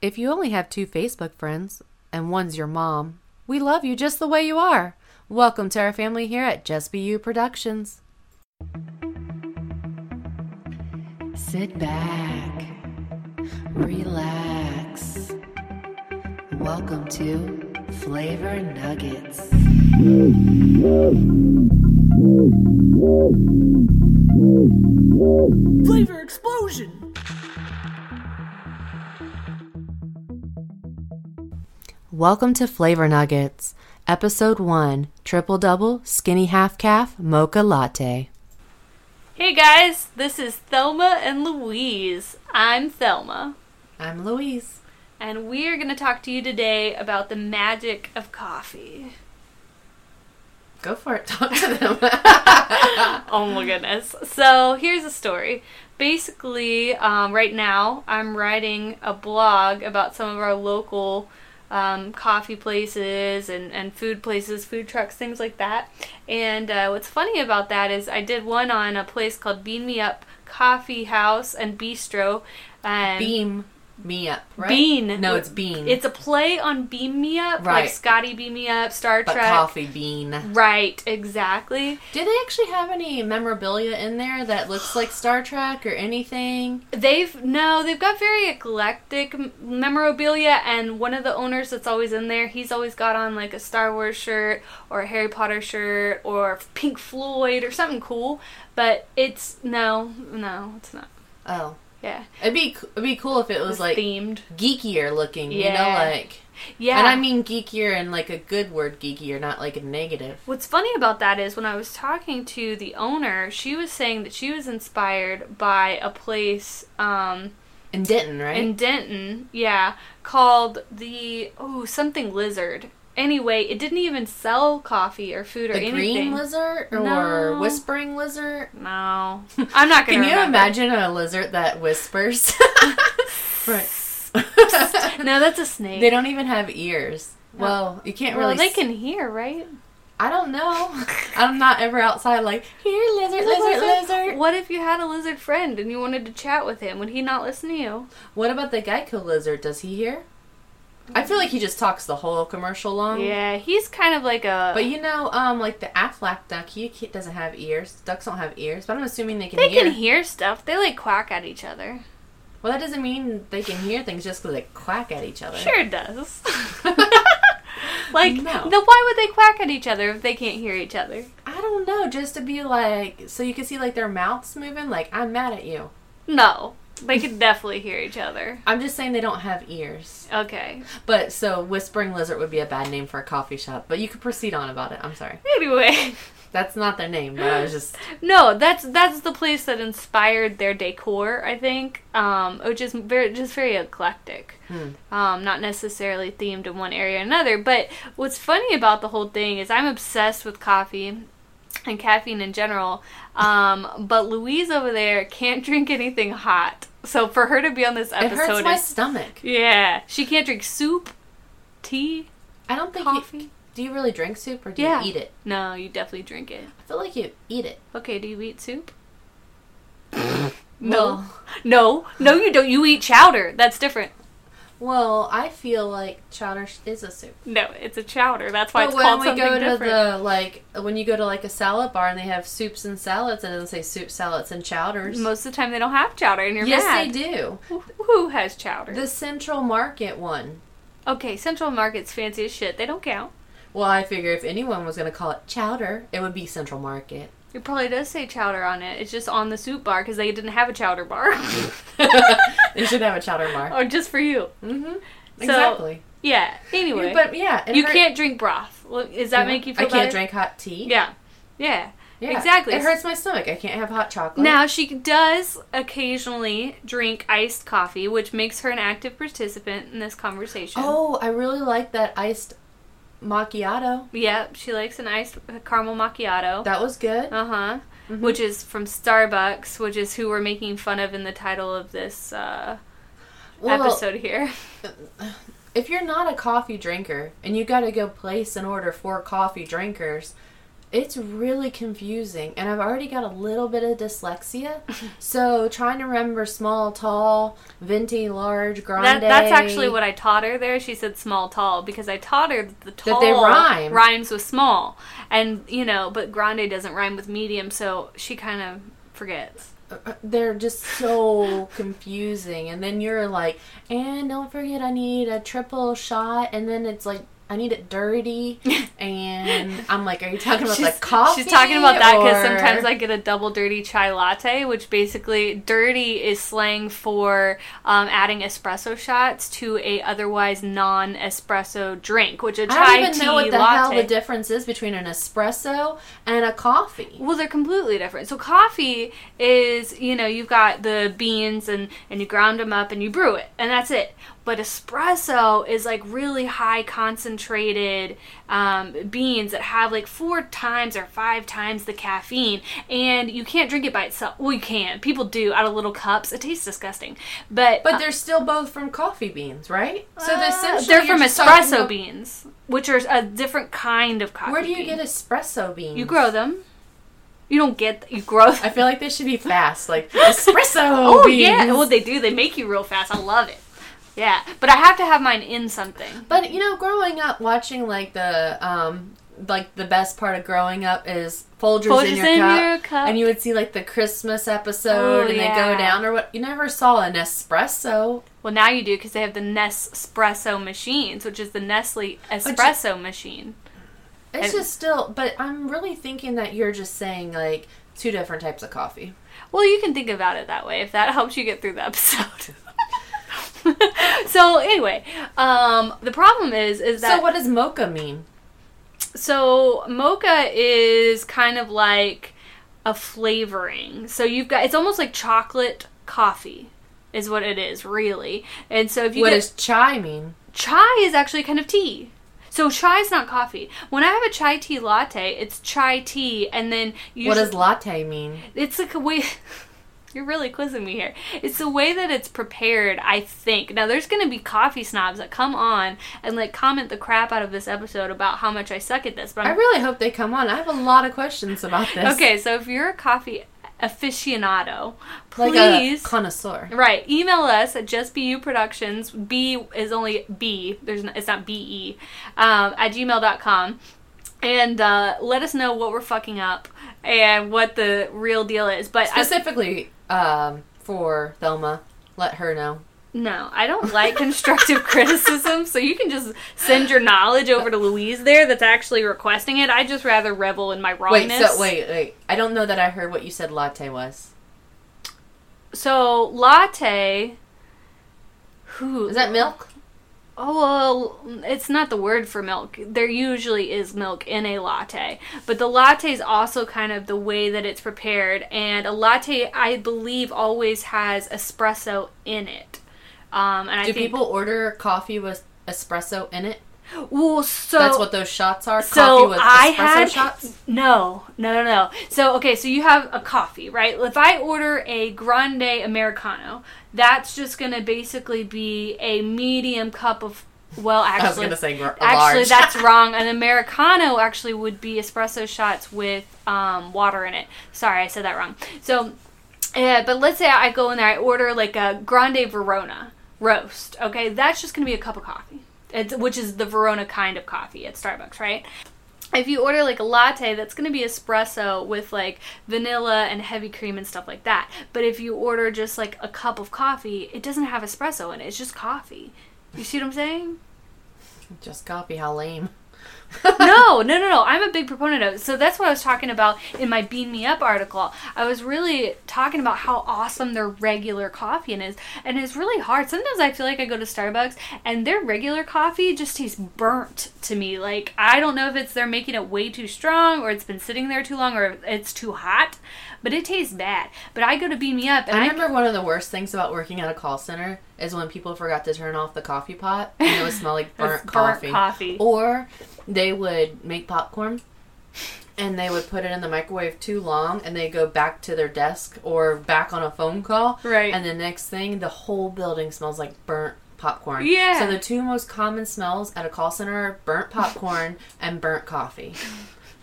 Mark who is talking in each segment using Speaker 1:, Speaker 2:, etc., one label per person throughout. Speaker 1: If you only have two Facebook friends and one's your mom, we love you just the way you are. Welcome to our family here at Just Be You Productions.
Speaker 2: Sit back, relax. Welcome to Flavor Nuggets.
Speaker 3: Flavor explosion!
Speaker 1: Welcome to Flavor Nuggets, Episode 1 Triple Double Skinny Half Calf Mocha Latte.
Speaker 4: Hey guys, this is Thelma and Louise. I'm Thelma,
Speaker 1: I'm Louise.
Speaker 4: and we're going to talk to you today about the magic of coffee.
Speaker 1: Go for it. Talk to them.
Speaker 4: Oh my goodness. So, here's a story. Basically, um, right now, I'm writing a blog about some of our local um, coffee places and, and food places, food trucks, things like that. And uh, what's funny about that is I did one on a place called Bean Me Up Coffee House and Bistro. Um,
Speaker 1: Beam me up, right?
Speaker 4: Bean.
Speaker 1: No, it's bean.
Speaker 4: It's a play on Beam Me Up,
Speaker 1: Right.
Speaker 4: like Scotty Beam Me Up, Star
Speaker 1: but
Speaker 4: Trek.
Speaker 1: coffee bean.
Speaker 4: Right, exactly.
Speaker 1: Do they actually have any memorabilia in there that looks like Star Trek or anything?
Speaker 4: They've no, they've got very eclectic m- memorabilia, and one of the owners that's always in there, he's always got on like a Star Wars shirt or a Harry Potter shirt or Pink Floyd or something cool. But it's no, no, it's not.
Speaker 1: Oh,
Speaker 4: Yeah,
Speaker 1: it'd be it'd be cool if it was
Speaker 4: it's
Speaker 1: like
Speaker 4: themed.
Speaker 1: geekier looking.
Speaker 4: Yeah.
Speaker 1: You know, like
Speaker 4: Yeah,
Speaker 1: and I mean geekier in like a good word geekier, not like a negative.
Speaker 4: What's funny about that is when I was talking to the owner, she was saying that she was inspired by a place um,
Speaker 1: And Denton, right?
Speaker 4: in Denton, yeah, called the oh something lizard. Anyway, it didn't even sell coffee or food or
Speaker 1: the
Speaker 4: anything.
Speaker 1: green lizard or
Speaker 4: No.
Speaker 1: whispering lizard.
Speaker 4: no, I'm not gonna.
Speaker 1: Can you
Speaker 4: remember.
Speaker 1: imagine a lizard that whispers? right.
Speaker 4: No, that's a snake.
Speaker 1: They don't even have ears. Well, you can't
Speaker 4: Well,
Speaker 1: really.
Speaker 4: they
Speaker 1: s-
Speaker 4: can hear, right?
Speaker 1: I don't know. I'm not ever outside like here, lizard, lizard, lizard.
Speaker 4: What if you had a lizard friend and you wanted to chat with him? Would he not listen to you?
Speaker 1: What about the Geico lizard? Does he hear? I feel like he just talks the whole commercial long.
Speaker 4: yeah, he's kind of like a.
Speaker 1: Um, But you know, um, like the Aflac duck, he ca- doesn't have ears. Ducks don't have ears, but I'm assuming they can
Speaker 4: they
Speaker 1: hear.
Speaker 4: can hear stuff. They like quack at each other.
Speaker 1: well, that doesn't mean they can hear things just because they quack at each other.
Speaker 4: Sure it does. like,
Speaker 1: No.
Speaker 4: no. why would they quack at each other if they can't hear each other?
Speaker 1: I don't know, just to be like, so you can see like their mouths moving. Like I'm mad at you.
Speaker 4: No, they could definitely hear each other.
Speaker 1: I'm just saying they don't have ears.
Speaker 4: Okay.
Speaker 1: But so whispering lizard would be a bad name for a coffee shop. But you could proceed on about it. I'm sorry.
Speaker 4: Anyway,
Speaker 1: That's not their name, but I was just
Speaker 4: no, that's that's the place that inspired their decor. I think, um, which is very just very eclectic,
Speaker 1: Hmm.
Speaker 4: um, not necessarily themed in one area or another. But what's funny about the whole thing is I'm obsessed with coffee and caffeine in general. Um, but Louise over there can't drink anything hot. So for her to be on this
Speaker 1: it
Speaker 4: episode
Speaker 1: hurts my
Speaker 4: is
Speaker 1: stomach.
Speaker 4: yeah, she can't drink soup, tea,
Speaker 1: I don't think You,
Speaker 4: coffee.
Speaker 1: do you really drink soup or do
Speaker 4: Yeah.
Speaker 1: you eat it?
Speaker 4: No, you definitely drink it.
Speaker 1: I feel like you eat it.
Speaker 4: Okay, do you eat soup?
Speaker 1: Well,
Speaker 4: No, no, you don't. You eat chowder. That's different.
Speaker 1: well, I feel like chowder sh- is a soup.
Speaker 4: No, it's a chowder. That's why
Speaker 1: but
Speaker 4: it's
Speaker 1: when
Speaker 4: called
Speaker 1: we
Speaker 4: something
Speaker 1: go to
Speaker 4: different.
Speaker 1: the like when you go to like a salad bar and they have soups and salads, it doesn't say soup, salads, and chowders.
Speaker 4: Most of the time, they don't have chowder, and you're
Speaker 1: yes,
Speaker 4: mad.
Speaker 1: they do.
Speaker 4: Who- Who has chowder?
Speaker 1: The Central Market one.
Speaker 4: okay, Central Market's fancy as shit. They don't count.
Speaker 1: Well, I figure if anyone was gonna call it chowder, it would be Central Market.
Speaker 4: It probably does say chowder on it. It's just on the soup bar because they didn't have a chowder bar.
Speaker 1: they should have a chowder bar.
Speaker 4: or just for you.
Speaker 1: Mm-hmm. exactly.
Speaker 4: Yeah. Anyway,
Speaker 1: But yeah, it
Speaker 4: you
Speaker 1: hurt-
Speaker 4: can't drink broth. Well, Does that make you feel
Speaker 1: I can't
Speaker 4: better?
Speaker 1: drink hot tea.
Speaker 4: Yeah. Yeah.
Speaker 1: Yeah.
Speaker 4: Exactly.
Speaker 1: It hurts my stomach. I can't have hot chocolate.
Speaker 4: Now she does occasionally drink iced coffee, which makes her an active participant in this conversation.
Speaker 1: Oh, I really like that iced macchiato.
Speaker 4: Yep, she likes an iced caramel macchiato.
Speaker 1: That Mm-hmm. was good.
Speaker 4: Uh huh. Which is from Starbucks, which is who we're making fun of in the title of this uh,
Speaker 1: Well,
Speaker 4: episode here.
Speaker 1: if you're not a coffee drinker and you got to go place an order for coffee drinkers, It's really confusing, and I've already got a little bit of dyslexia, so trying to remember small, tall, venti, large, grande.
Speaker 4: That, that's actually what I taught her there. She said small, tall, because I taught her that the
Speaker 1: That
Speaker 4: tall
Speaker 1: they rhyme.
Speaker 4: rhymes with small. And, you know, but grande doesn't rhyme with medium, so she kind of forgets.
Speaker 1: They're just so confusing, and then you're like, and don't forget, I need a triple shot, and then it's like. I need it dirty, and I'm like, "Are you talking about the coffee?"
Speaker 4: she's talking about that because
Speaker 1: or-
Speaker 4: sometimes I get a double dirty chai latte, which basically dirty is slang for um, adding espresso shots to a otherwise non-espresso drink, which a chai
Speaker 1: I don't even
Speaker 4: tea
Speaker 1: know what the
Speaker 4: latte.
Speaker 1: hell the difference is between an espresso and a coffee.
Speaker 4: Well, they're completely different. So coffee is, you know, you've got the beans and and you ground them up and you brew it, and that's it. But espresso is like really high concentrated um, beans that have like four times or five times the caffeine, and you can't drink it by itself. Well, you can. People do out of little cups. It tastes disgusting, but
Speaker 1: But they're still both from coffee beans, right? So
Speaker 4: uh,
Speaker 1: they're essentially
Speaker 4: they're
Speaker 1: you're
Speaker 4: from
Speaker 1: just talking
Speaker 4: espresso
Speaker 1: about-
Speaker 4: beans, which are a different kind of coffee.
Speaker 1: Where do you
Speaker 4: bean.
Speaker 1: get espresso beans?
Speaker 4: You grow them. You don't get. You grow. Them.
Speaker 1: I feel like they should be fast, like espresso
Speaker 4: Oh
Speaker 1: beans.
Speaker 4: yeah, well they do. They make you real fast. I love it. Yeah, but I have to have mine in something.
Speaker 1: But you know, growing up, watching like the um, like the best part of growing up is Folgers, in,
Speaker 4: Folgers
Speaker 1: your,
Speaker 4: in
Speaker 1: cup,
Speaker 4: your cup.
Speaker 1: and you would see like the Christmas episode,
Speaker 4: Oh,
Speaker 1: and they
Speaker 4: yeah.
Speaker 1: go down or what. You never saw an espresso.
Speaker 4: Well, now you do because they have the Nespresso machines, which is the Nestle espresso machine.
Speaker 1: It's
Speaker 4: And-
Speaker 1: just still, but I'm really thinking that you're just saying like two different types of coffee.
Speaker 4: Well, you can think about it that way if that helps you get through the episode. so anyway, um, the problem is is that
Speaker 1: so what does mocha mean?
Speaker 4: So mocha is kind of like a flavoring. So you've got it's almost like chocolate coffee is what it is really. And so if you
Speaker 1: what
Speaker 4: get
Speaker 1: does chai mean?
Speaker 4: chai is actually kind of tea. So chai is not coffee. When I have a chai tea latte, it's chai tea and then you
Speaker 1: What does latte mean?
Speaker 4: it's like a way you're really quizzing me here it's the way that it's prepared i think now there's gonna be coffee snobs that come on and like comment the crap out of this episode about how much i suck at this but
Speaker 1: I
Speaker 4: I'm,
Speaker 1: really hope they come on. I have a lot of questions about this.
Speaker 4: Um, okay so if you're a coffee aficionado
Speaker 1: like a
Speaker 4: please
Speaker 1: connoisseur.
Speaker 4: Right. Email us at justbuproductions. B is only B. There's no, it's not B E. Um, at gmail.com. And uh, let us know what we're fucking up and what the real deal is. But I,
Speaker 1: Specifically um, for Thelma, let her know.
Speaker 4: No, I don't like constructive criticism, so you can just send your knowledge over to Louise there that's actually requesting it. I just rather revel in my
Speaker 1: Wait,
Speaker 4: wrongness.
Speaker 1: so wait, wait. I don't know that I heard what you said latte was.
Speaker 4: So, latte who
Speaker 1: Is that milk?
Speaker 4: Oh, well, it's not the word for milk. There usually is milk in a latte, but the latte is also kind of the way that it's prepared. And a latte, I believe, always has espresso in it. Um, and I
Speaker 1: Do
Speaker 4: think,
Speaker 1: people order coffee with espresso in it?
Speaker 4: Well, so
Speaker 1: That's what those shots are.
Speaker 4: so
Speaker 1: coffee with espresso
Speaker 4: I had
Speaker 1: shots.
Speaker 4: no, no, no, no. So okay, so you have a coffee, right? If I order a grande americano, that's just gonna basically be a medium cup of. Well, actually,
Speaker 1: I was gonna say gr-
Speaker 4: actually
Speaker 1: large.
Speaker 4: that's wrong. An americano actually would be espresso shots with um, water in it. Sorry, I said that wrong. So yeah, but let's say I go in there, I order like a grande Verona roast. Okay, that's just gonna be a cup of coffee, it's, which is the Verona kind of coffee at Starbucks, right? If you order like a latte, that's gonna be espresso with like vanilla and heavy cream and stuff like that. But if you order just like a cup of coffee, it doesn't have espresso in it. It's just coffee. You see what I'm saying?
Speaker 1: Just coffee. How lame.
Speaker 4: no, no, no, no. I'm a big proponent of it. So that's what I was talking about in my Beam Me Up article. I was really talking about how awesome their regular coffee is. And it's really hard. Sometimes I feel like I go to Starbucks and their regular coffee just tastes burnt to me. Like, I don't know if it's they're making it way too strong or it's been sitting there too long or it's too hot, but it tastes bad. But I go to Beam Me Up and
Speaker 1: I
Speaker 4: I,
Speaker 1: remember one of the worst things about working at a call center is when people forgot to turn off the coffee pot and it would smell like burnt,
Speaker 4: burnt
Speaker 1: coffee.
Speaker 4: coffee.
Speaker 1: Or they would make popcorn and they would put it in the microwave too long and they go back to their desk or back on a phone call.
Speaker 4: Right.
Speaker 1: And the next thing, the whole building smells like burnt popcorn.
Speaker 4: Yeah.
Speaker 1: So the two most common smells at a call center are burnt popcorn and burnt coffee.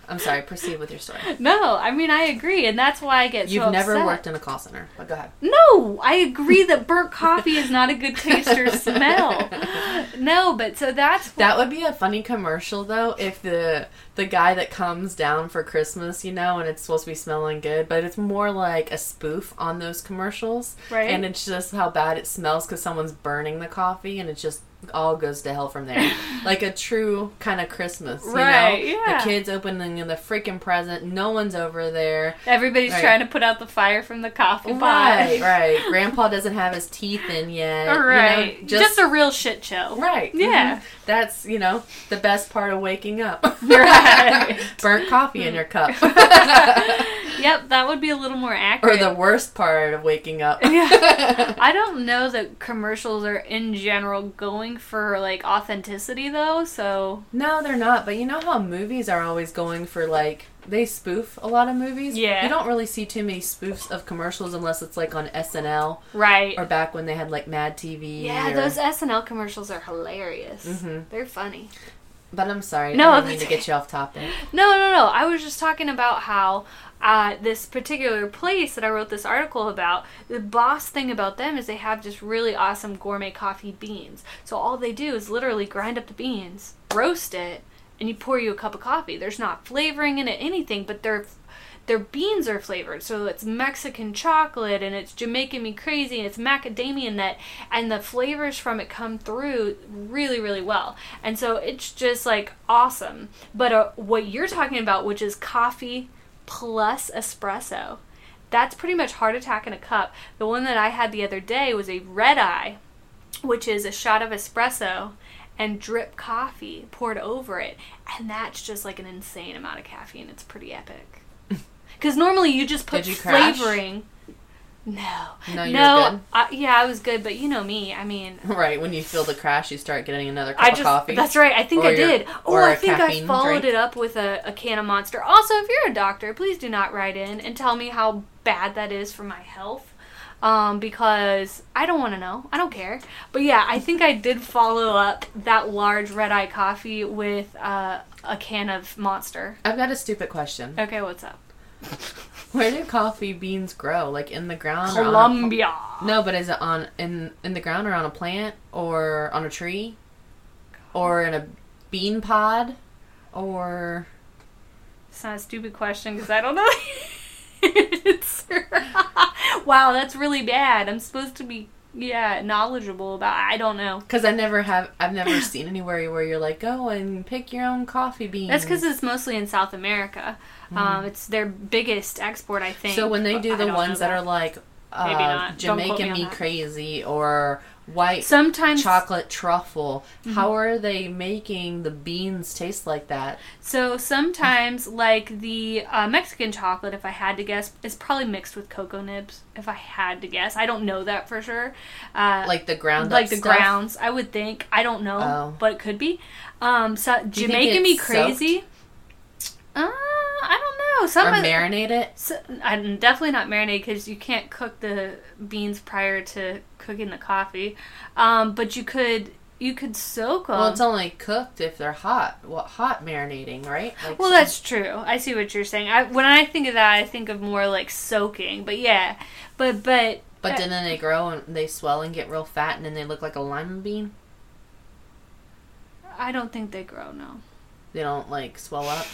Speaker 1: I'm sorry. Proceed with your story.
Speaker 4: No, I mean I agree, and that's why I get.
Speaker 1: You've
Speaker 4: so
Speaker 1: never
Speaker 4: upset.
Speaker 1: worked in a call center, but go ahead.
Speaker 4: No, I agree that burnt coffee is not a good taste or smell. No, but so that's
Speaker 1: That would be a funny commercial though if the the guy that comes down for Christmas, you know, and it's supposed to be smelling good, but it's more like a spoof on those commercials.
Speaker 4: Right.
Speaker 1: And it's just how bad it smells cuz someone's burning the coffee and it just all goes to hell from there. like a true kind of Christmas, you
Speaker 4: Right,
Speaker 1: know.
Speaker 4: yeah.
Speaker 1: The kids opening the freaking present, no one's over there.
Speaker 4: everybody's
Speaker 1: Right.
Speaker 4: trying to put out the fire from the coffee pot.
Speaker 1: Right, right. Grandpa doesn't have his teeth in yet. you know,
Speaker 4: Right. just,
Speaker 1: just,
Speaker 4: a real shit show.
Speaker 1: Right.
Speaker 4: Yeah.
Speaker 1: mhm. That's, you know, the best part of waking up.
Speaker 4: Right.
Speaker 1: Burnt coffee in your cup.
Speaker 4: Yep, that would be a little more accurate.
Speaker 1: or the worst part of waking up.
Speaker 4: Yeah. I don't know that commercials are in general going for like authenticity though, so
Speaker 1: no, they're not. But you know how movies are always going for like they spoof a lot of movies.
Speaker 4: Yeah.
Speaker 1: You don't really see too many spoofs of commercials unless it's like on SNL
Speaker 4: right.
Speaker 1: or back when they had like Mad TV.
Speaker 4: yeah,
Speaker 1: or-
Speaker 4: those SNL commercials are hilarious.
Speaker 1: Mhm.
Speaker 4: They're funny.
Speaker 1: But I'm sorry.
Speaker 4: No,
Speaker 1: No, I didn't mean
Speaker 4: that's
Speaker 1: to get you off topic.
Speaker 4: No, no, no. I was just talking about how uh, this particular place that I wrote this article about, the boss thing about them is they have just really awesome gourmet coffee beans. So all they do is literally grind up the beans, roast it, and you pour you a cup of coffee. There's not flavoring in it, anything, but they're their beans are flavored. So it's Mexican chocolate and it's Jamaican me crazy and it's macadamia nut and the flavors from it come through really really well. And so it's just like awesome. But uh, what you're talking about which is coffee plus espresso. That's pretty much heart attack in a cup. The one that I had the other day was a red eye which is a shot of espresso and drip coffee poured over it. And that's just like an insane amount of caffeine. It's pretty epic. Because normally you just put
Speaker 1: Did you crash?
Speaker 4: flavoring. No.
Speaker 1: No, you were good?
Speaker 4: I, yeah, I was good, but you know me. I mean,
Speaker 1: Right when you feel the crash, you start getting another cup
Speaker 4: I just.
Speaker 1: of coffee.
Speaker 4: That's right. I think
Speaker 1: Or
Speaker 4: I
Speaker 1: your-
Speaker 4: did. Or,
Speaker 1: or
Speaker 4: I
Speaker 1: a
Speaker 4: think I
Speaker 1: caffeine
Speaker 4: followed
Speaker 1: drink.
Speaker 4: it up with a, a can of Monster. Also, if you're a doctor, please do not write in and tell me how bad that is for my health. Um, because I don't want to know. I don't care. But yeah, I think I did follow up that large red eye coffee with uh, a can of Monster.
Speaker 1: I've got a stupid question.
Speaker 4: Okay, what's up?
Speaker 1: Where do coffee beans grow? Like in the ground? or on a-
Speaker 4: Colombia.
Speaker 1: No, but is it on in in the ground or on a plant or on a tree or in a bean pod or
Speaker 4: It's not a stupid question because I don't know the answer. wow, that's really bad. I'm supposed to be, yeah, knowledgeable about. I don't know.
Speaker 1: because I never have I've never seen anywhere where you're like go and pick your own coffee beans.
Speaker 4: That's because it's mostly in South America. Um, it's their biggest export, I think.
Speaker 1: Mm. so when they do
Speaker 4: but I
Speaker 1: the
Speaker 4: don't
Speaker 1: ones
Speaker 4: know
Speaker 1: that are like
Speaker 4: Maybe
Speaker 1: uh,
Speaker 4: not. Don't quote me
Speaker 1: Jamaican
Speaker 4: on
Speaker 1: me
Speaker 4: that.
Speaker 1: crazy or white
Speaker 4: sometimes
Speaker 1: chocolate truffle,
Speaker 4: Mm-hmm.
Speaker 1: how are they making the beans taste like that?
Speaker 4: So sometimes, like the uh, Mexican chocolate, if I had to guess, is probably mixed with cocoa nibs. If I had to guess, I don't know that for sure. Uh,
Speaker 1: Like the ground
Speaker 4: like
Speaker 1: up
Speaker 4: the
Speaker 1: stuff?
Speaker 4: grounds. I would think. I don't know,
Speaker 1: Oh.
Speaker 4: but it could be. Um, so
Speaker 1: you think
Speaker 4: Jamaican me
Speaker 1: it's
Speaker 4: crazy. Uh, I don't know.
Speaker 1: or
Speaker 4: Some of-
Speaker 1: marinate it.
Speaker 4: so, I'm definitely not marinated because you can't cook the beans prior to cooking the coffee. Um, but you could you could soak them.
Speaker 1: Well, it's only cooked if they're hot. Well, hot marinating, right? Like
Speaker 4: Well,
Speaker 1: some-
Speaker 4: that's true. I see what you're saying. I, when I think of that, I think of more like soaking. But yeah, but but
Speaker 1: But
Speaker 4: Uh,
Speaker 1: didn't they grow and they swell and get real fat and then they look like a lima bean?
Speaker 4: I don't think they grow. No,
Speaker 1: They don't like swell up.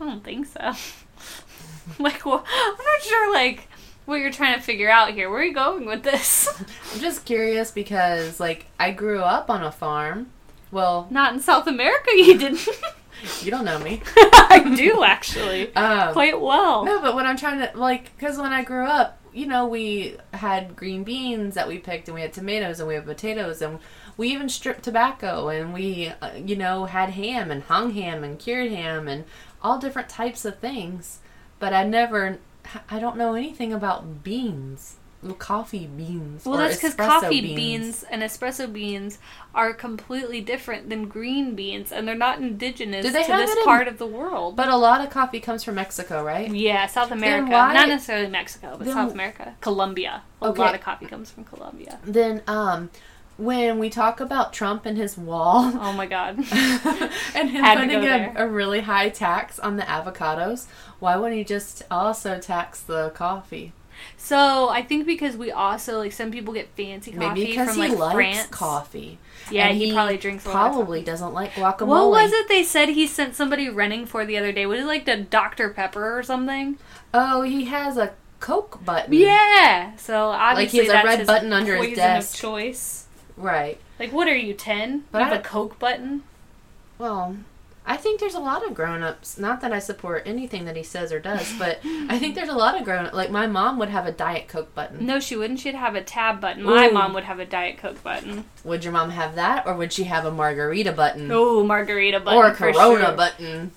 Speaker 4: I don't think so. like, well, I'm not sure. Like, what you're trying to figure out here? Where are you going with this?
Speaker 1: I'm just curious because like I grew up on a farm. Well,
Speaker 4: not in South America, you didn't.
Speaker 1: you don't know me.
Speaker 4: I do actually
Speaker 1: Um,
Speaker 4: quite well.
Speaker 1: no, but when I'm trying to like, because when I grew up, you know, we had green beans that we picked, and we had tomatoes, and we had potatoes, and we even stripped tobacco, and we, uh, you know, had ham and hung ham and cured ham and all different types of things. But I never, I don't know anything about beans, coffee beans.
Speaker 4: Well,
Speaker 1: or
Speaker 4: that's because
Speaker 1: espresso
Speaker 4: coffee beans. and espresso beans are completely different than green beans, and they're not indigenous
Speaker 1: Do
Speaker 4: to
Speaker 1: they have
Speaker 4: this
Speaker 1: it in-
Speaker 4: part of the world.
Speaker 1: But a lot of coffee comes from Mexico, right?
Speaker 4: yeah, South America,
Speaker 1: why-
Speaker 4: not necessarily Mexico, but
Speaker 1: Then-
Speaker 4: South America, Colombia. A
Speaker 1: Okay.
Speaker 4: lot of coffee comes from Colombia.
Speaker 1: Then, um, when we talk about Trump and his wall
Speaker 4: Oh my god.
Speaker 1: and him
Speaker 4: Had to
Speaker 1: putting
Speaker 4: go
Speaker 1: a,
Speaker 4: there.
Speaker 1: a really high tax on the avocados, why wouldn't he just also tax the coffee?
Speaker 4: so I think because we also like some people get fancy coffee
Speaker 1: Maybe because
Speaker 4: from
Speaker 1: he
Speaker 4: like
Speaker 1: likes
Speaker 4: France.
Speaker 1: coffee.
Speaker 4: Yeah,
Speaker 1: And
Speaker 4: he, probably drinks a lot. of
Speaker 1: Probably doesn't like guacamole.
Speaker 4: What was it they said he sent somebody running for the other day? Was it like the Dr. Pepper or something?
Speaker 1: Oh, he has a Coke button.
Speaker 4: Yeah. So obviously
Speaker 1: Mm. he has a
Speaker 4: that's
Speaker 1: red
Speaker 4: his
Speaker 1: button under his
Speaker 4: poison
Speaker 1: desk.
Speaker 4: Of choice.
Speaker 1: Right.
Speaker 4: Like what are you ten?
Speaker 1: But
Speaker 4: you
Speaker 1: I
Speaker 4: have a
Speaker 1: don't-
Speaker 4: Coke button.
Speaker 1: Well, I think there's a lot of grown-ups. Not that I support anything that he says or does, but I think there's a lot of grown. Like my mom would have a diet coke button.
Speaker 4: No, she wouldn't. She'd have a tab button. My
Speaker 1: Mm. Ooh.
Speaker 4: mom would have a Diet Coke button.
Speaker 1: Would your mom have that, or would she have a margarita button
Speaker 4: Oh, margarita button.
Speaker 1: Mm. or a
Speaker 4: for
Speaker 1: Corona
Speaker 4: sure.
Speaker 1: button?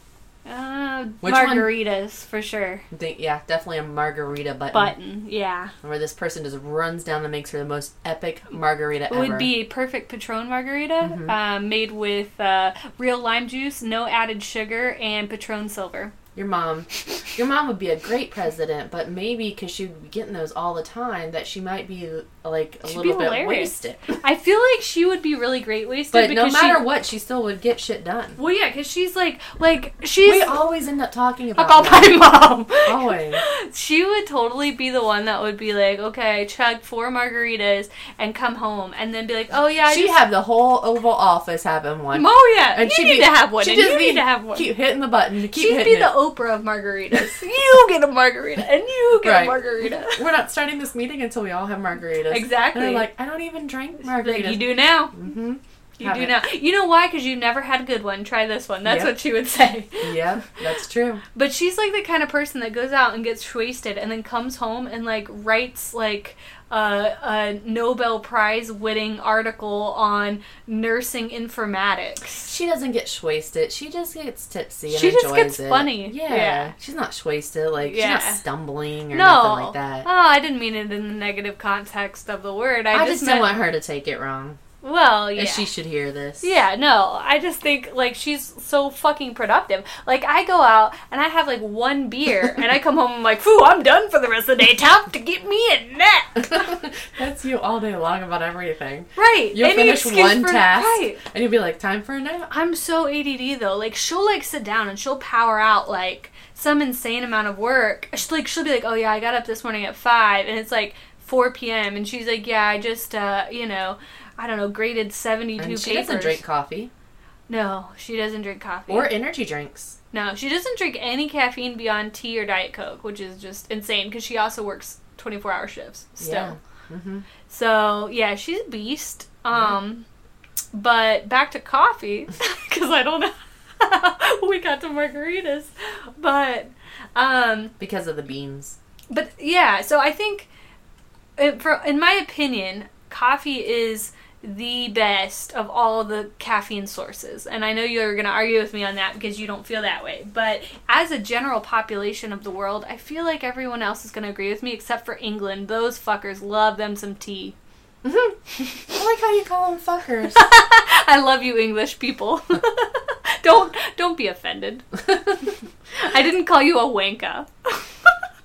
Speaker 4: Uh,
Speaker 1: Which one?
Speaker 4: margaritas for sure.
Speaker 1: I think yeah, definitely a margarita button.
Speaker 4: Button, yeah.
Speaker 1: where this person just runs down and makes her the most epic margarita
Speaker 4: It
Speaker 1: ever. Mm-hmm.
Speaker 4: would be a perfect Patron margarita, uh, made with uh, real lime juice, no added sugar, and Patron silver.
Speaker 1: your mom. Your mom would be a great president, but maybe because she would be getting those all the time, that she might be like a
Speaker 4: She'd
Speaker 1: little
Speaker 4: be
Speaker 1: bit
Speaker 4: hilarious.
Speaker 1: wasted.
Speaker 4: I feel like she would be really great wasted.
Speaker 1: But no
Speaker 4: because
Speaker 1: matter
Speaker 4: she,
Speaker 1: what, she still would get shit done.
Speaker 4: Well, yeah, because she's like, like she's
Speaker 1: We always end up talking about
Speaker 4: about
Speaker 1: that.
Speaker 4: my mom.
Speaker 1: Always.
Speaker 4: she would totally be the one that would be like, okay, chug four margaritas and come home, and then be like, oh yeah, I
Speaker 1: She'd
Speaker 4: just,
Speaker 1: have the whole Oval Office having one.
Speaker 4: oh yeah, you
Speaker 1: she'd
Speaker 4: need to have one,
Speaker 1: she'd
Speaker 4: and you
Speaker 1: just
Speaker 4: need
Speaker 1: be-
Speaker 4: to have one.
Speaker 1: Keep hitting the button. Keep
Speaker 4: She'd
Speaker 1: hitting
Speaker 4: be the
Speaker 1: it.
Speaker 4: Oprah of margaritas. you get a margarita, and you get
Speaker 1: Right.
Speaker 4: a margarita.
Speaker 1: We're not starting this meeting until we all have margaritas.
Speaker 4: Exactly.
Speaker 1: And they're like, I don't even drink
Speaker 4: Like,
Speaker 1: margaritas.
Speaker 4: you do now.
Speaker 1: Mm-hmm.
Speaker 4: You
Speaker 1: Have
Speaker 4: do
Speaker 1: it.
Speaker 4: now. You know why? Because you never had a good one. Try this one. That's
Speaker 1: Yep.
Speaker 4: what she would say.
Speaker 1: Yeah, that's true.
Speaker 4: But she's like the kind of person that goes out and gets wasted and then comes home and like writes like a, a Nobel Prize winning article on nursing informatics.
Speaker 1: She doesn't get shwasted. She just gets tipsy and
Speaker 4: She just
Speaker 1: enjoys
Speaker 4: gets
Speaker 1: it.
Speaker 4: funny.
Speaker 1: Yeah.
Speaker 4: Yeah.
Speaker 1: She's not shwasted. Like, she's
Speaker 4: Yeah.
Speaker 1: not stumbling or
Speaker 4: no.
Speaker 1: nothing like that.
Speaker 4: Oh, I didn't mean it in the negative context of the word. I,
Speaker 1: I, just, don't
Speaker 4: meant,
Speaker 1: want her to take it wrong.
Speaker 4: Well, yeah.
Speaker 1: And she should hear this.
Speaker 4: Yeah, no. I just think like she's so fucking productive. Like I go out and I have like one beer and I come home I'm like, "Phew, I'm done for the rest of the day. Time to get me a nap."
Speaker 1: That's you all day long about everything.
Speaker 4: right.
Speaker 1: You'll
Speaker 4: any
Speaker 1: finish
Speaker 4: excuse
Speaker 1: one
Speaker 4: for-
Speaker 1: task
Speaker 4: Right.
Speaker 1: and you'll be like, time for a nap.
Speaker 4: I'm so ADD though. Like she'll like sit down and she'll power out like some insane amount of work. She's like she'll be like, "Oh yeah, I got up this morning at 5 and it's like 4 p.m." and she's like, "Yeah, I just uh, you know, I don't know, graded 72
Speaker 1: And she
Speaker 4: papers."
Speaker 1: doesn't drink coffee
Speaker 4: no, she doesn't drink coffee.
Speaker 1: or energy drinks.
Speaker 4: No, she doesn't drink any caffeine beyond tea or Diet Coke, which is just insane because she also works 24 hour shifts still.
Speaker 1: Yeah. hmm
Speaker 4: So, yeah, she's a beast. Um, But back to coffee, because I don't know. how we got to margaritas. But, um,
Speaker 1: Because of the beans.
Speaker 4: but yeah, so I think, in, for, in my opinion, coffee is the best of all the caffeine sources. And I know you're going to argue with me on that because you don't feel that way. But as a general population of the world, I feel like everyone else is going to agree with me except for England. Those fuckers love them some tea.
Speaker 1: I like how you call them fuckers.
Speaker 4: I love you English people. don't don't be offended. I didn't call you a wanka.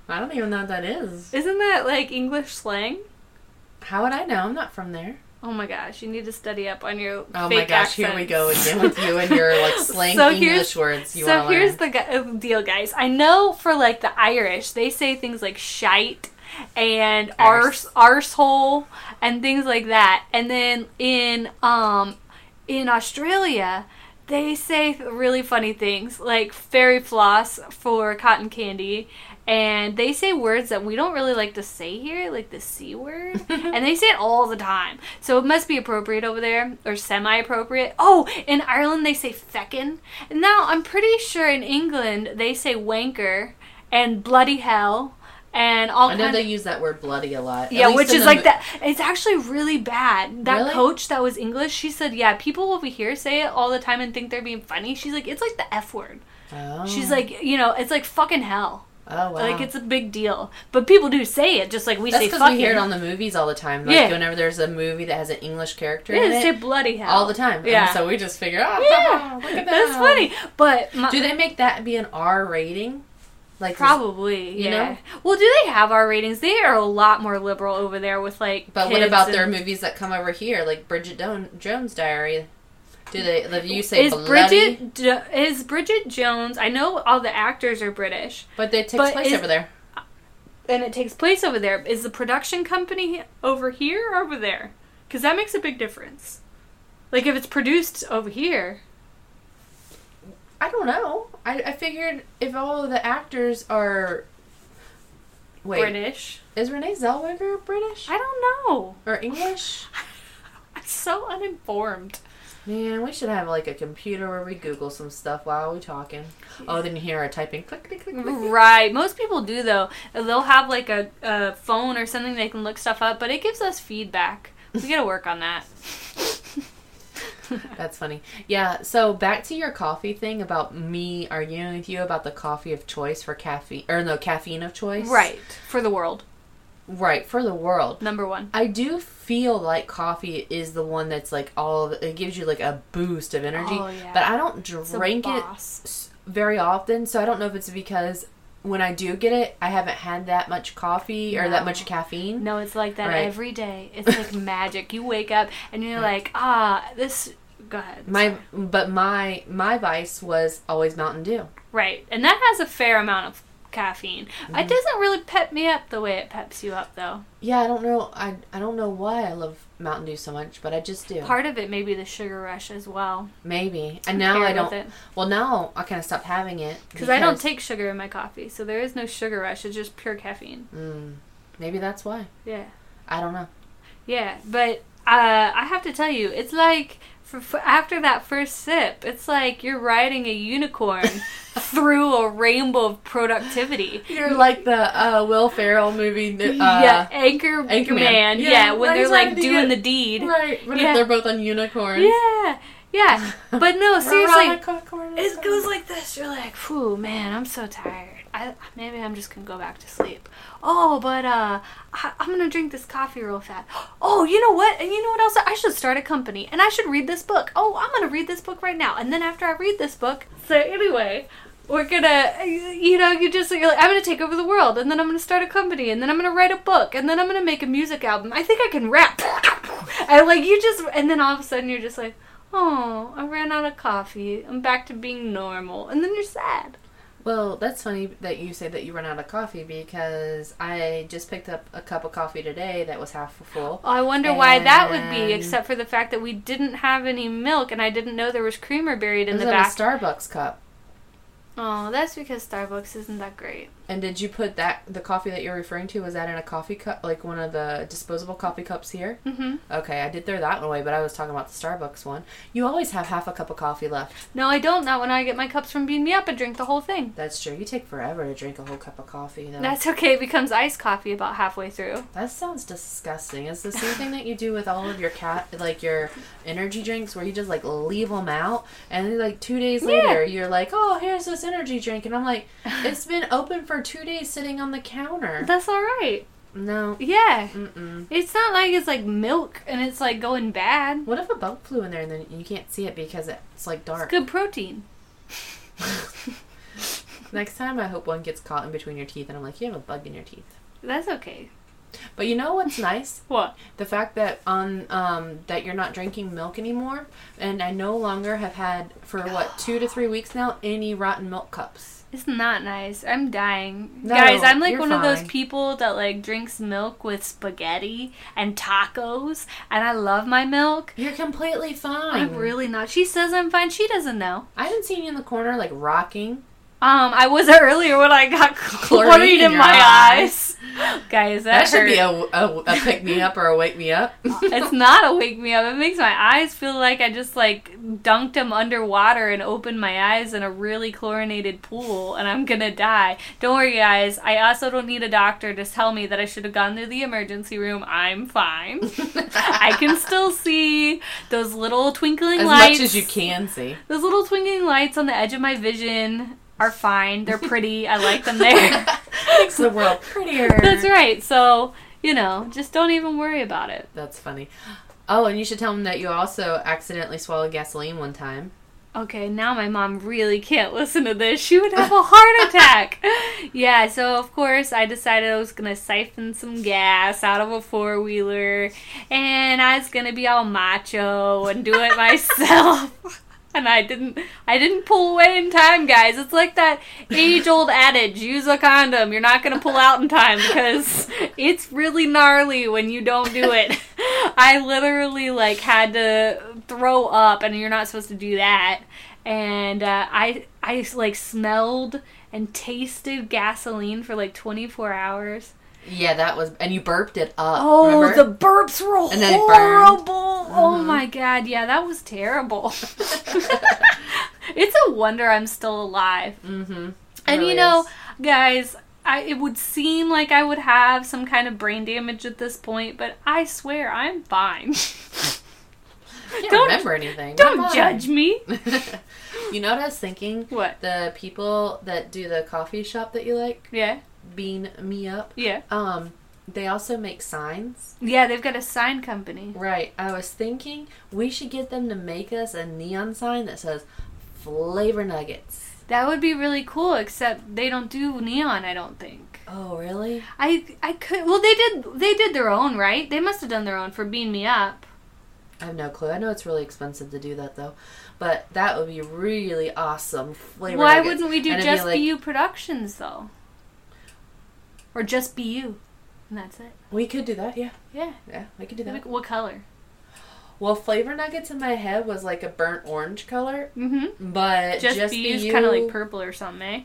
Speaker 1: I don't even know what that is.
Speaker 4: Isn't that like English slang?
Speaker 1: How would I know? I'm not from there.
Speaker 4: Oh my gosh, you need to study up on your.
Speaker 1: Oh my
Speaker 4: fake
Speaker 1: gosh, here we
Speaker 4: accents.
Speaker 1: go again with you and your like slang
Speaker 4: So here's-
Speaker 1: English words you
Speaker 4: so
Speaker 1: want to learn.
Speaker 4: here's the gu- uh, deal, guys. I know for like the Irish, they say things like shite and
Speaker 1: Arse.
Speaker 4: arse, arsehole, and things like that. And then in um in Australia, they say really funny things like fairy floss for cotton candy. And they say words that we don't really like to say here, like the C word. and they say it all the time. So it must be appropriate over there, or semi appropriate. Oh, in Ireland they say feckin'. Now, I'm pretty sure in England they say wanker and bloody hell and all
Speaker 1: I know
Speaker 4: kinds
Speaker 1: they use that word bloody a lot. At
Speaker 4: yeah,
Speaker 1: least
Speaker 4: which
Speaker 1: in
Speaker 4: is
Speaker 1: the
Speaker 4: like
Speaker 1: mo-
Speaker 4: that. It's actually really bad. That
Speaker 1: Really?
Speaker 4: coach that was English, she said, "Yeah, people over here say it all the time and think they're being funny." She's like, "It's like the f word."
Speaker 1: Oh.
Speaker 4: She's like, "You know, it's like fucking hell.
Speaker 1: oh wow.
Speaker 4: Like it's a big deal." But people do say it, just like we
Speaker 1: That's
Speaker 4: say
Speaker 1: because
Speaker 4: fucking.
Speaker 1: we hear it on the movies all the time. Like
Speaker 4: Yeah.
Speaker 1: whenever there's a movie that has an English character
Speaker 4: yeah,
Speaker 1: in
Speaker 4: they
Speaker 1: it,
Speaker 4: say bloody hell
Speaker 1: all the time. Yeah.
Speaker 4: Yeah,
Speaker 1: so we just figure, oh,
Speaker 4: yeah,
Speaker 1: look at that.
Speaker 4: that's funny. But my,
Speaker 1: Do they make that be an R rating? Like,
Speaker 4: Probably,
Speaker 1: you
Speaker 4: yeah.
Speaker 1: know?
Speaker 4: Well, do they have our ratings? They are a lot more liberal over there with like.
Speaker 1: but what
Speaker 4: kids
Speaker 1: about their
Speaker 4: and-
Speaker 1: movies that come over here, like Bridget Don- Jones' Diary? Do they? Do you say
Speaker 4: Is
Speaker 1: bloody?
Speaker 4: Bridget Jo- is Bridget Jones? I know all the actors are British,
Speaker 1: but they take
Speaker 4: but
Speaker 1: place
Speaker 4: is-
Speaker 1: over there.
Speaker 4: and it takes place over there. Is the production company over here or over there? Because that makes a big difference. Like if it's produced over here,
Speaker 1: I don't know. I, I figured if all of the actors are. Wait,
Speaker 4: British.
Speaker 1: is Renee Zellweger British
Speaker 4: I don't know.
Speaker 1: or English?
Speaker 4: I'm so uninformed.
Speaker 1: Man, we should have like a computer where we Google some stuff while we're talking. Oh, then you hear her typing click click click. click.
Speaker 4: Right. Most people do though. They'll have like a, a phone or something they can look stuff up, but it gives us feedback. We gotta work on that.
Speaker 1: That's funny. Yeah. So back to your coffee thing about me arguing with you about the coffee of choice for caffeine or no caffeine of choice.
Speaker 4: right. For the world.
Speaker 1: Right for the world.
Speaker 4: Number one.
Speaker 1: I do feel like coffee is the one that's like all it gives you like a boost of energy.
Speaker 4: Oh, yeah.
Speaker 1: But I don't
Speaker 4: It's a
Speaker 1: drink it
Speaker 4: boss.
Speaker 1: s- very often, so I don't know if it's because when I do get it, I haven't had that much coffee or that
Speaker 4: No.
Speaker 1: much caffeine.
Speaker 4: No, it's like that
Speaker 1: Right.
Speaker 4: every day. It's like magic. You wake up and you're like, ah, this. Go ahead.
Speaker 1: My but my my vice was always Mountain Dew.
Speaker 4: right, and that has a fair amount of caffeine.
Speaker 1: Mm-hmm.
Speaker 4: It doesn't really pep me up the way it peps you up, though.
Speaker 1: Yeah, I don't know. I I don't know why I love Mountain Dew so much, but I just do.
Speaker 4: Part of it may be the sugar rush as well,
Speaker 1: Maybe. And now I
Speaker 4: paired with
Speaker 1: don't.
Speaker 4: it.
Speaker 1: Well, now I kind of stopped having it
Speaker 4: because I don't take sugar in my coffee, so there is no sugar rush. It's just pure caffeine.
Speaker 1: Mm, maybe that's why.
Speaker 4: Yeah,
Speaker 1: I don't know.
Speaker 4: yeah, but uh, I have to tell you, it's like. For, for after that first sip, it's like you're riding a unicorn through a rainbow of productivity.
Speaker 1: You're like the uh, Will Ferrell movie. Uh,
Speaker 4: yeah, anchor,
Speaker 1: Anchorman.
Speaker 4: man.
Speaker 1: Yeah,
Speaker 4: Yeah, when
Speaker 1: right,
Speaker 4: they're
Speaker 1: he's
Speaker 4: like
Speaker 1: ready to
Speaker 4: doing
Speaker 1: get-
Speaker 4: the deed.
Speaker 1: Right. But
Speaker 4: Yeah.
Speaker 1: if they're both on unicorns.
Speaker 4: Yeah, yeah. But no, seriously,
Speaker 1: Veronica Cornell.
Speaker 4: it goes like this. You're like, phew, man, I'm so tired. I, maybe I'm just gonna go back to sleep. Oh, but uh, I, I'm gonna drink this coffee real fast. Oh, you know what? And you know what else? I should start a company, and I should read this book. Oh, I'm gonna read this book right now, and then after I read this book. So anyway, we're gonna you know you just you're like i'm gonna take over the world and then i'm gonna start a company and then i'm gonna write a book and then i'm gonna make a music album i think i can rap and like you just and then all of a sudden you're just like oh i ran out of coffee i'm back to being normal and then you're sad
Speaker 1: Well, that's funny that you say that you run out of coffee because I just picked up a cup of coffee today that was half full.
Speaker 4: i wonder why that would
Speaker 1: And-
Speaker 4: be except for the fact that we didn't have any milk and i didn't know there was creamer
Speaker 1: It
Speaker 4: buried in
Speaker 1: was
Speaker 4: the
Speaker 1: out of
Speaker 4: back
Speaker 1: Starbucks cup.
Speaker 4: oh that's because starbucks isn't that great
Speaker 1: And did you put that the coffee that you're referring to was that in a coffee cup, like one of the disposable coffee cups here?
Speaker 4: mm-hmm.
Speaker 1: Okay, I did throw that one away, but I was talking about the Starbucks one. You always have half a cup of coffee left.
Speaker 4: no i don't not when i get my cups from bean me up i drink the whole thing
Speaker 1: That's true. You take forever to drink a whole cup of coffee, though.
Speaker 4: that's okay it becomes iced coffee about halfway through
Speaker 1: that sounds disgusting. It's the same thing that you do with all of your cat, like your energy drinks, where you just like leave them out, and then, like two days
Speaker 4: Yeah.
Speaker 1: later, you're like, "Oh, here's this energy drink," and I'm like, "It's been open for two days, sitting on the counter."
Speaker 4: That's all right.
Speaker 1: No.
Speaker 4: Yeah.
Speaker 1: Mm-mm.
Speaker 4: It's not like it's like milk and it's like going bad.
Speaker 1: What if a bug flew in there and then you can't see it because it's like dark?
Speaker 4: Good protein.
Speaker 1: Next time, I hope one gets caught in between your teeth, and I'm like, you have a bug in your teeth.
Speaker 4: That's okay.
Speaker 1: But you know what's nice?
Speaker 4: What?
Speaker 1: The fact that on um, that you're not drinking milk anymore, and I no longer have had for what two to three weeks now any rotten milk cups.
Speaker 4: It's not nice. I'm dying.
Speaker 1: No,
Speaker 4: Guys, I'm like
Speaker 1: you're
Speaker 4: one of those
Speaker 1: fine.
Speaker 4: people that like drinks milk with spaghetti and tacos and I love my milk.
Speaker 1: You're completely fine.
Speaker 4: I'm really not. She says I'm fine. She doesn't know.
Speaker 1: I haven't seen you in the corner like rocking.
Speaker 4: Um, I was earlier when I got
Speaker 1: Chlorine
Speaker 4: chlorine,
Speaker 1: in
Speaker 4: in
Speaker 1: your
Speaker 4: my
Speaker 1: eyes.
Speaker 4: eyes. Guys,
Speaker 1: That,
Speaker 4: that,
Speaker 1: should be
Speaker 4: hurt.
Speaker 1: a, a, a pick me up or a wake me up.
Speaker 4: it's not a wake me up. It makes my eyes feel like I just like dunked them underwater and opened my eyes in a really chlorinated pool and I'm gonna die. Don't worry, guys. I also don't need a doctor to tell me that I should have gone to the emergency room. I'm fine. I can still see those little twinkling
Speaker 1: as
Speaker 4: lights.
Speaker 1: much as you can see.
Speaker 4: Those little twinkling lights on the edge of my vision are fine. They're pretty. I like them there.
Speaker 1: Makes the world prettier.
Speaker 4: That's right. So, you know, just don't even worry about it.
Speaker 1: That's funny. Oh, and you should tell them that you also accidentally swallowed gasoline one time.
Speaker 4: Okay, now my mom really can't listen to this. She would have a heart attack. yeah, so of course I decided I was gonna siphon some gas out of a four wheeler and I was gonna be all macho and do it myself. and I didn't I didn't pull away in time, guys. It's like that age old adage, use a condom. You're not gonna pull out in time because it's really gnarly when you don't do it. I literally like had to throw up and you're not supposed to do that. And uh, I I like smelled and tasted gasoline for like 24 hours.
Speaker 1: Yeah, that was, and you burped it up.
Speaker 4: Oh,
Speaker 1: remember?
Speaker 4: the burps were
Speaker 1: And then it burned.
Speaker 4: horrible. Oh my god, yeah, that was terrible. it's a wonder I'm still alive.
Speaker 1: Mhm.
Speaker 4: And
Speaker 1: really
Speaker 4: you know,
Speaker 1: is.
Speaker 4: guys, I, it would seem like I would have some kind of brain damage at this point, but I swear I'm fine.
Speaker 1: can't
Speaker 4: don't-
Speaker 1: remember anything.
Speaker 4: Don't
Speaker 1: Come on.
Speaker 4: judge me.
Speaker 1: you know what I was thinking?
Speaker 4: What?
Speaker 1: The people that do the coffee shop that you like,
Speaker 4: Yeah,
Speaker 1: bean me up.
Speaker 4: yeah,
Speaker 1: Um, they also make signs.
Speaker 4: yeah. They've got a sign company.
Speaker 1: Right. I was thinking we should get them to make us a neon sign that says "Flavor Nuggets."
Speaker 4: That would be really cool. Except they don't do neon. I don't think.
Speaker 1: Oh, really?
Speaker 4: I I could. Well, they did. They did their own, right? They must have done their own for beating me up.
Speaker 1: I have no clue. I know it's really expensive to do that though, but that would be really awesome. Flavor
Speaker 4: Why
Speaker 1: Nuggets.
Speaker 4: wouldn't we do
Speaker 1: And it'd be
Speaker 4: just be,
Speaker 1: like-
Speaker 4: you productions though? Or just be you, and that's it.
Speaker 1: We could do that. Yeah,
Speaker 4: Yeah.
Speaker 1: yeah, we could do that.
Speaker 4: Like, What color?
Speaker 1: Well, flavor nuggets in my head was like a burnt orange color,
Speaker 4: Mm-hmm.
Speaker 1: but
Speaker 4: Just,
Speaker 1: just,
Speaker 4: be
Speaker 1: be
Speaker 4: you's
Speaker 1: you,
Speaker 4: kind of like purple or something, eh?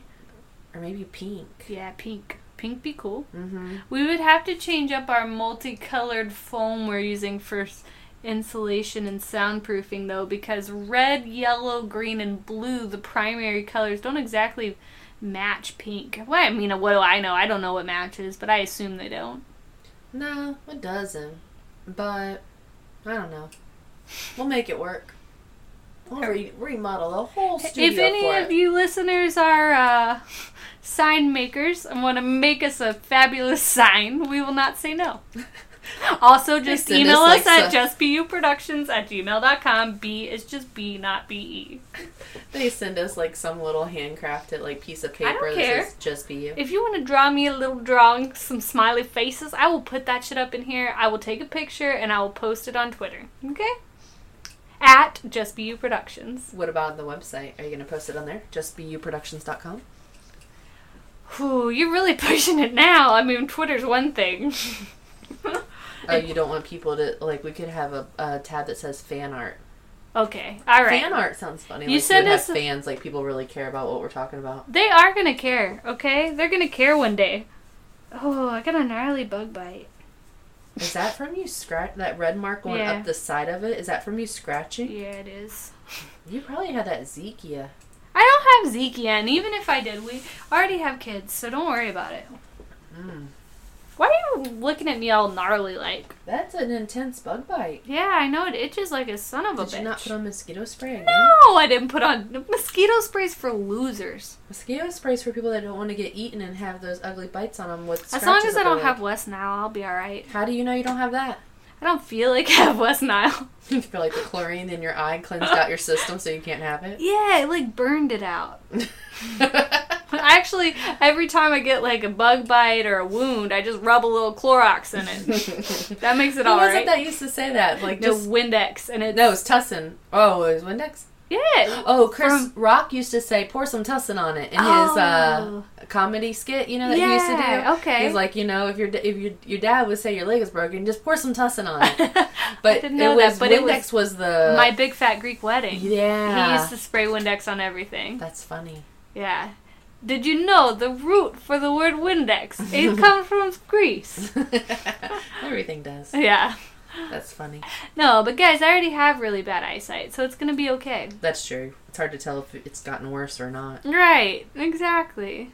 Speaker 1: or maybe pink.
Speaker 4: Yeah, pink. Pink be cool.
Speaker 1: Mm-hmm.
Speaker 4: We would have to change up our multicolored foam we're using for s- insulation and soundproofing though because red, yellow, green and blue, the primary colors don't exactly match pink. Well, I mean, what do I know? I don't know what matches, but I assume they don't.
Speaker 1: No, it doesn't. But I don't know. We'll make it work. We'll re- remodel the whole studio
Speaker 4: if any
Speaker 1: for
Speaker 4: of
Speaker 1: it.
Speaker 4: you listeners are uh, sign makers and want to make us a fabulous sign, we will not say no. also, just
Speaker 1: send
Speaker 4: email
Speaker 1: us,
Speaker 4: us
Speaker 1: like,
Speaker 4: at justbuproductions at gmail.com. B is just B, E. not B-E.
Speaker 1: they send us like some little handcrafted like piece of
Speaker 4: don't
Speaker 1: paper
Speaker 4: care.
Speaker 1: that says "Just be you."
Speaker 4: If you want to draw me a little drawing, some smiley faces, I will put that shit up in here. I will take a picture and I will post it on Twitter. Okay? At Just Be You Productions.
Speaker 1: What about the website? Are you going to post it on there? JustBeYouProductions.com?
Speaker 4: Whew, you're really pushing it now. I mean, Twitter's one thing.
Speaker 1: Oh, you don't want people to, like, we could have a, a tab that says fan art.
Speaker 4: Okay, all right.
Speaker 1: Fan art sounds funny.
Speaker 4: You
Speaker 1: like,
Speaker 4: send
Speaker 1: would have
Speaker 4: us a-
Speaker 1: fans, like, people really care about what we're talking about.
Speaker 4: They are gonna care, okay? They're gonna care one day. Oh, I got a gnarly bug bite.
Speaker 1: Is that from you scratch that red mark going
Speaker 4: Yeah.
Speaker 1: up the side of it? Is that from you scratching?
Speaker 4: Yeah, it is.
Speaker 1: You probably had that Zekia.
Speaker 4: I don't have Zeke yet, and even if I did, we already have kids, so don't worry about it.
Speaker 1: Mm.
Speaker 4: Why are you looking at me all gnarly like?
Speaker 1: That's an intense bug bite.
Speaker 4: Yeah, I know it itches like a son of a
Speaker 1: Did
Speaker 4: bitch.
Speaker 1: you not put on mosquito spray again?
Speaker 4: no, I didn't put on mosquito sprays for losers.
Speaker 1: Mosquito sprays for people that don't want to get eaten and have those ugly bites on them with
Speaker 4: As
Speaker 1: scratches
Speaker 4: long as
Speaker 1: up
Speaker 4: I don't
Speaker 1: their
Speaker 4: have
Speaker 1: leg.
Speaker 4: West Nile, I'll be alright.
Speaker 1: How do you know you don't have that?
Speaker 4: I don't feel like I have West Nile.
Speaker 1: you feel like the chlorine in your eye cleansed out your system so you can't have it?
Speaker 4: Yeah, it like burned it out. Actually, every time I get like a bug bite or a wound, I just rub a little Clorox in it.
Speaker 1: Who
Speaker 4: That makes it all
Speaker 1: was
Speaker 4: right.
Speaker 1: it that used to say that? Like
Speaker 4: no
Speaker 1: just
Speaker 4: Windex, and it
Speaker 1: no, it was Tussin. Oh, it was Windex.
Speaker 4: yeah.
Speaker 1: Oh, Chris
Speaker 4: From-
Speaker 1: Rock used to say, "Pour some Tussin on it" in his uh, comedy skit. You know that he used to
Speaker 4: Oh. Yeah,
Speaker 1: do.
Speaker 4: okay.
Speaker 1: He's like, you know, if your da- if your your dad would say your leg is broken, just pour some Tussin on it. But
Speaker 4: I didn't know
Speaker 1: it was
Speaker 4: that. But
Speaker 1: Windex
Speaker 4: it was
Speaker 1: was, the
Speaker 4: my big fat Greek wedding.
Speaker 1: yeah.
Speaker 4: He used to spray Windex on everything.
Speaker 1: That's funny.
Speaker 4: Yeah. Did you know the root for the word Windex? It comes from Greece.
Speaker 1: Everything does.
Speaker 4: Yeah.
Speaker 1: That's funny.
Speaker 4: No, but guys, I already have really bad eyesight, so it's gonna be okay.
Speaker 1: That's true. It's hard to tell if it's gotten worse or not.
Speaker 4: Right. Exactly.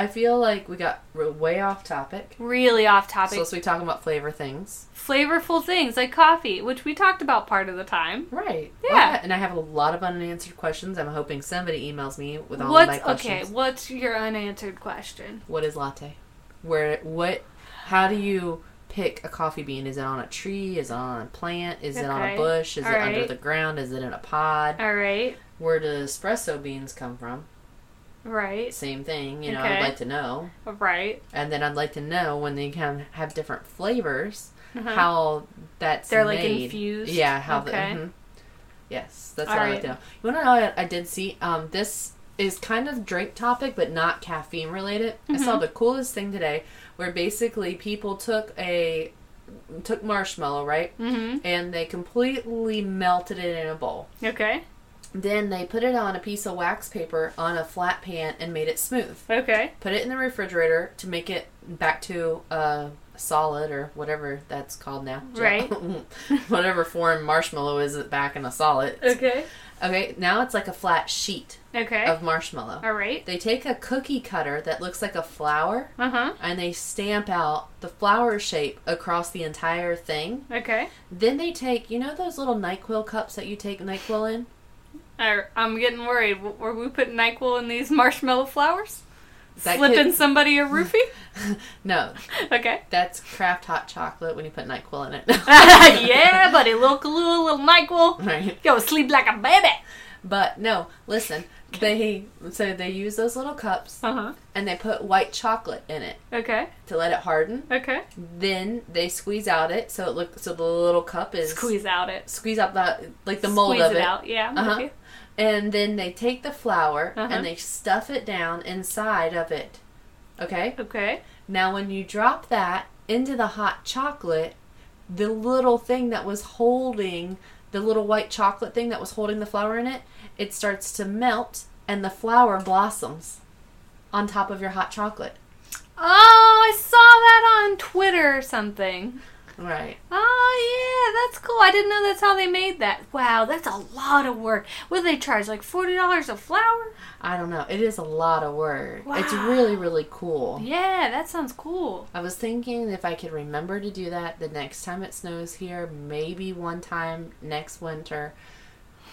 Speaker 1: I feel like we got r- way off topic.
Speaker 4: Really off
Speaker 1: So
Speaker 4: topic.
Speaker 1: let's be talking about flavor things.
Speaker 4: flavorful things like coffee, which we talked about part of the time.
Speaker 1: Right.
Speaker 4: Yeah.
Speaker 1: Okay, And I have a lot of unanswered questions. I'm hoping somebody emails me with all of my
Speaker 4: What's okay?
Speaker 1: questions.
Speaker 4: What's your unanswered question?
Speaker 1: What is latte? Where what how do you pick a coffee bean? Is it on a tree? Is it on a plant? Is it on
Speaker 4: Okay.
Speaker 1: a bush? Is it under
Speaker 4: Alright.
Speaker 1: the ground? Is it in a pod?
Speaker 4: All right.
Speaker 1: Where do espresso beans come from?
Speaker 4: Right.
Speaker 1: Same thing, you know, I'd
Speaker 4: Okay.
Speaker 1: like to know.
Speaker 4: Right.
Speaker 1: And then I'd like to know when they can have different flavors,
Speaker 4: Uh-huh.
Speaker 1: how that's
Speaker 4: They're like
Speaker 1: made.
Speaker 4: infused.
Speaker 1: Yeah, how the.
Speaker 4: Okay.
Speaker 1: mhm. Yes, that's
Speaker 4: All
Speaker 1: what I
Speaker 4: right.
Speaker 1: like to know. You want to know what I did see? Um, this is kind of drink topic, but not caffeine related. I
Speaker 4: Mm-hmm.
Speaker 1: saw the coolest thing today, where basically people took a took marshmallow, right,
Speaker 4: Mm-hmm.
Speaker 1: and they completely melted it in a bowl.
Speaker 4: Okay.
Speaker 1: Then they put it on a piece of wax paper on a flat pan and made it smooth.
Speaker 4: Okay.
Speaker 1: Put it in the refrigerator to make it back to uh, solid or whatever that's called now.
Speaker 4: Right.
Speaker 1: whatever form marshmallow is back in a solid.
Speaker 4: Okay.
Speaker 1: Okay, now it's like a flat sheet
Speaker 4: Okay.
Speaker 1: of marshmallow.
Speaker 4: All right.
Speaker 1: They take a cookie cutter that looks like a flower
Speaker 4: Uh huh.
Speaker 1: and they stamp out the flower shape across the entire thing.
Speaker 4: Okay.
Speaker 1: Then they take, you know, those little NyQuil cups that you take NyQuil in?
Speaker 4: I, I'm getting worried. W- Were we putting Nyquil in these marshmallow flowers?
Speaker 1: That
Speaker 4: Slipping
Speaker 1: could-
Speaker 4: somebody a roofie?
Speaker 1: No,
Speaker 4: okay.
Speaker 1: that's Kraft hot chocolate when you put NyQuil in it.
Speaker 4: yeah, buddy. Little Kahlua, little Nyquil.
Speaker 1: Right.
Speaker 4: Go sleep like a baby.
Speaker 1: But no, listen. They so they use those little cups
Speaker 4: Uh huh.
Speaker 1: and they put white chocolate in it
Speaker 4: Okay.
Speaker 1: to let it harden.
Speaker 4: Okay.
Speaker 1: Then they squeeze out it so it look so the little cup is
Speaker 4: Squeeze out it.
Speaker 1: squeeze out the like the mold
Speaker 4: Squeeze
Speaker 1: of
Speaker 4: it,
Speaker 1: it.
Speaker 4: out. Yeah. I'm
Speaker 1: Uh-huh.
Speaker 4: with you.
Speaker 1: And then they take the flour
Speaker 4: Uh-huh.
Speaker 1: and they stuff it down inside of it. Okay?
Speaker 4: Okay.
Speaker 1: Now when you drop that into the hot chocolate, the little thing that was holding the little white chocolate thing that was holding the flour in it, it starts to melt and the flower blossoms on top of your hot chocolate.
Speaker 4: Oh, I saw that on Twitter or something.
Speaker 1: Right.
Speaker 4: Oh yeah, that's cool. I didn't know that's how they made that. Wow, that's a lot of work. What do they charge? Like forty dollars a flower?
Speaker 1: I don't know. It is a lot of work. It's
Speaker 4: Wow.
Speaker 1: really, really cool.
Speaker 4: Yeah, that sounds cool.
Speaker 1: I was thinking if I could remember to do that the next time it snows here, maybe one time next winter,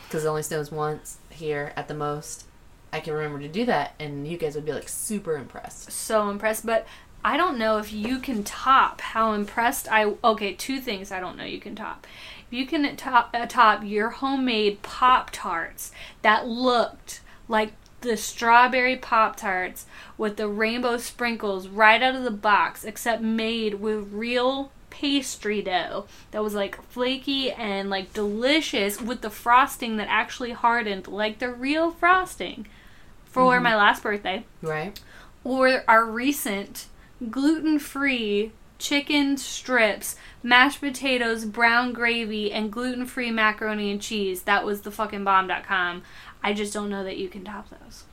Speaker 1: because it only snows once here at the most. I can remember to do that, and you guys would be like super impressed.
Speaker 4: So impressed, but I don't know if you can top how impressed I. Okay, two things I don't know you can top. If you can top uh, top your homemade pop tarts that looked like the strawberry pop tarts with the rainbow sprinkles right out of the box, except made with real pastry dough that was like flaky and like delicious with the frosting that actually hardened like the real frosting for my last birthday
Speaker 1: Right?
Speaker 4: or our recent gluten free chicken strips, mashed potatoes, brown gravy, and gluten free macaroni and cheese. That was the fucking bomb.com. I just don't know that you can top those.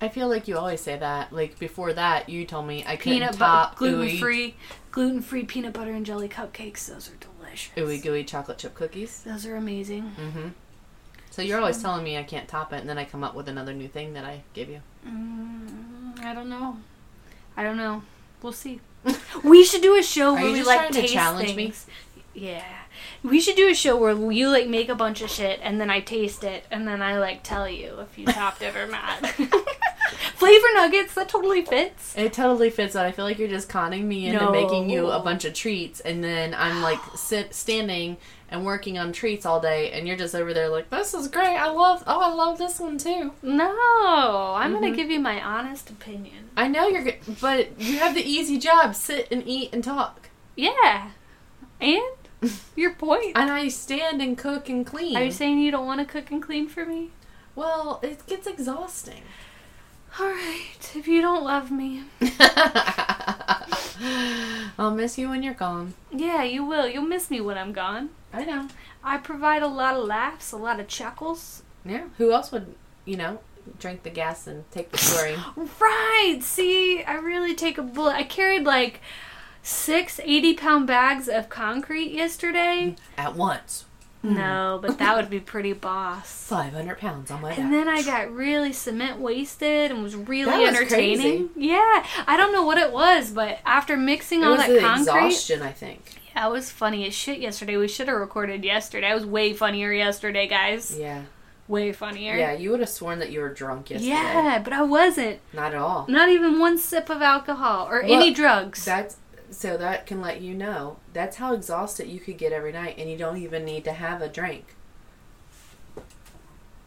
Speaker 1: I feel like you always say that. Like before that, you told me I couldn't
Speaker 4: Peanut butter,
Speaker 1: top
Speaker 4: gluten
Speaker 1: ooey,
Speaker 4: free, gluten free peanut butter and jelly cupcakes. Those are delicious.
Speaker 1: ooey gooey chocolate chip cookies.
Speaker 4: Those are amazing.
Speaker 1: Mm-hmm. So you're always telling me I can't top it, and then I come up with another new thing that I give you.
Speaker 4: Mm, I don't know. I don't know. We'll see. We should do a show
Speaker 1: Are
Speaker 4: where
Speaker 1: you
Speaker 4: we
Speaker 1: just
Speaker 4: like
Speaker 1: trying to
Speaker 4: taste
Speaker 1: challenge me?
Speaker 4: things. Yeah, we should do a show where you like make a bunch of shit and then I taste it and then I like tell you if you topped it or not. Flavor nuggets that totally fits.
Speaker 1: It totally fits, but I feel like you're just conning me into
Speaker 4: No.
Speaker 1: making you a bunch of treats, and then I'm like sit, standing and working on treats all day, and you're just over there like, "This is great. I love. Oh, I love this one too.
Speaker 4: No,
Speaker 1: Mm-hmm.
Speaker 4: I'm gonna give you my honest opinion.
Speaker 1: I know you're, g- but you have the easy job: sit and eat and talk.
Speaker 4: Yeah, and your point.
Speaker 1: And I stand and cook and clean.
Speaker 4: Are you saying you don't want to cook and clean for me?
Speaker 1: well, it gets exhausting.
Speaker 4: All right, if you don't love me,
Speaker 1: I'll miss you when you're gone.
Speaker 4: yeah, you will. You'll miss me when I'm gone.
Speaker 1: I know.
Speaker 4: I provide a lot of laughs, a lot of chuckles.
Speaker 1: Yeah. Who else would, you know, drink the gas and take the chlorine?
Speaker 4: Right! See, I really take a bullet. I carried like six 80 pound bags of concrete yesterday.
Speaker 1: at once?
Speaker 4: No, but that would be pretty boss.
Speaker 1: Five hundred pounds on my back.
Speaker 4: And then I got really cement wasted and was really
Speaker 1: That was
Speaker 4: entertaining. Yeah, I don't know what it was, but after mixing
Speaker 1: It
Speaker 4: all
Speaker 1: was
Speaker 4: that
Speaker 1: the
Speaker 4: concrete,
Speaker 1: exhaustion, I think.
Speaker 4: yeah, it was funny as shit yesterday. We should have recorded yesterday. I was way funnier yesterday, guys.
Speaker 1: Yeah,
Speaker 4: Way funnier.
Speaker 1: yeah. You would have sworn that you were drunk yesterday.
Speaker 4: yeah, but I wasn't.
Speaker 1: not at all.
Speaker 4: Not even one sip of alcohol or
Speaker 1: Well,
Speaker 4: any drugs.
Speaker 1: That's So that can let you know. That's how exhausted you could get every night, and you don't even need to have a drink.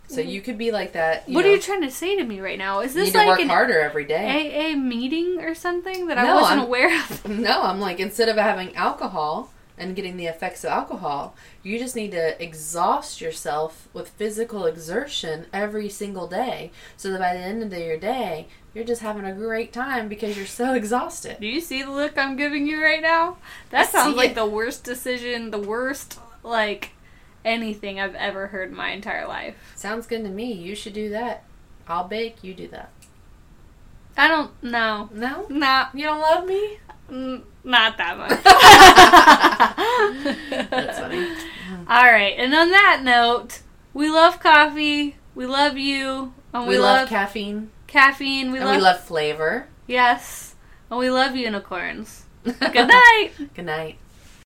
Speaker 1: So you could be like that.
Speaker 4: Mm-hmm. what
Speaker 1: know,
Speaker 4: are you trying to say to me right now? Is
Speaker 1: Need
Speaker 4: this
Speaker 1: to
Speaker 4: like
Speaker 1: work
Speaker 4: an
Speaker 1: harder every day.
Speaker 4: AA meeting or something that I
Speaker 1: No,
Speaker 4: wasn't
Speaker 1: I'm-
Speaker 4: aware of?
Speaker 1: No, I'm like instead of having alcohol and getting the effects of alcohol, you just need to exhaust yourself with physical exertion every single day, so that by the end of your day, you're just having a great time because you're so exhausted.
Speaker 4: Do you see the look I'm giving you right now? That
Speaker 1: I
Speaker 4: sounds
Speaker 1: see
Speaker 4: like
Speaker 1: it.
Speaker 4: the worst decision, the worst, like, anything I've ever heard in my entire life.
Speaker 1: Sounds good to me. You should do that. I'll bake. You do that.
Speaker 4: I don't know.
Speaker 1: No,
Speaker 4: Not,
Speaker 1: you don't love me.
Speaker 4: mm, not that much.
Speaker 1: That's funny.
Speaker 4: All right, and on that note, we love coffee, we love you, and we,
Speaker 1: We, love,
Speaker 4: love,
Speaker 1: caffeine
Speaker 4: caffeine, we
Speaker 1: and
Speaker 4: love,
Speaker 1: we love flavor.
Speaker 4: yes, and we love unicorns. Good night.
Speaker 1: Good night.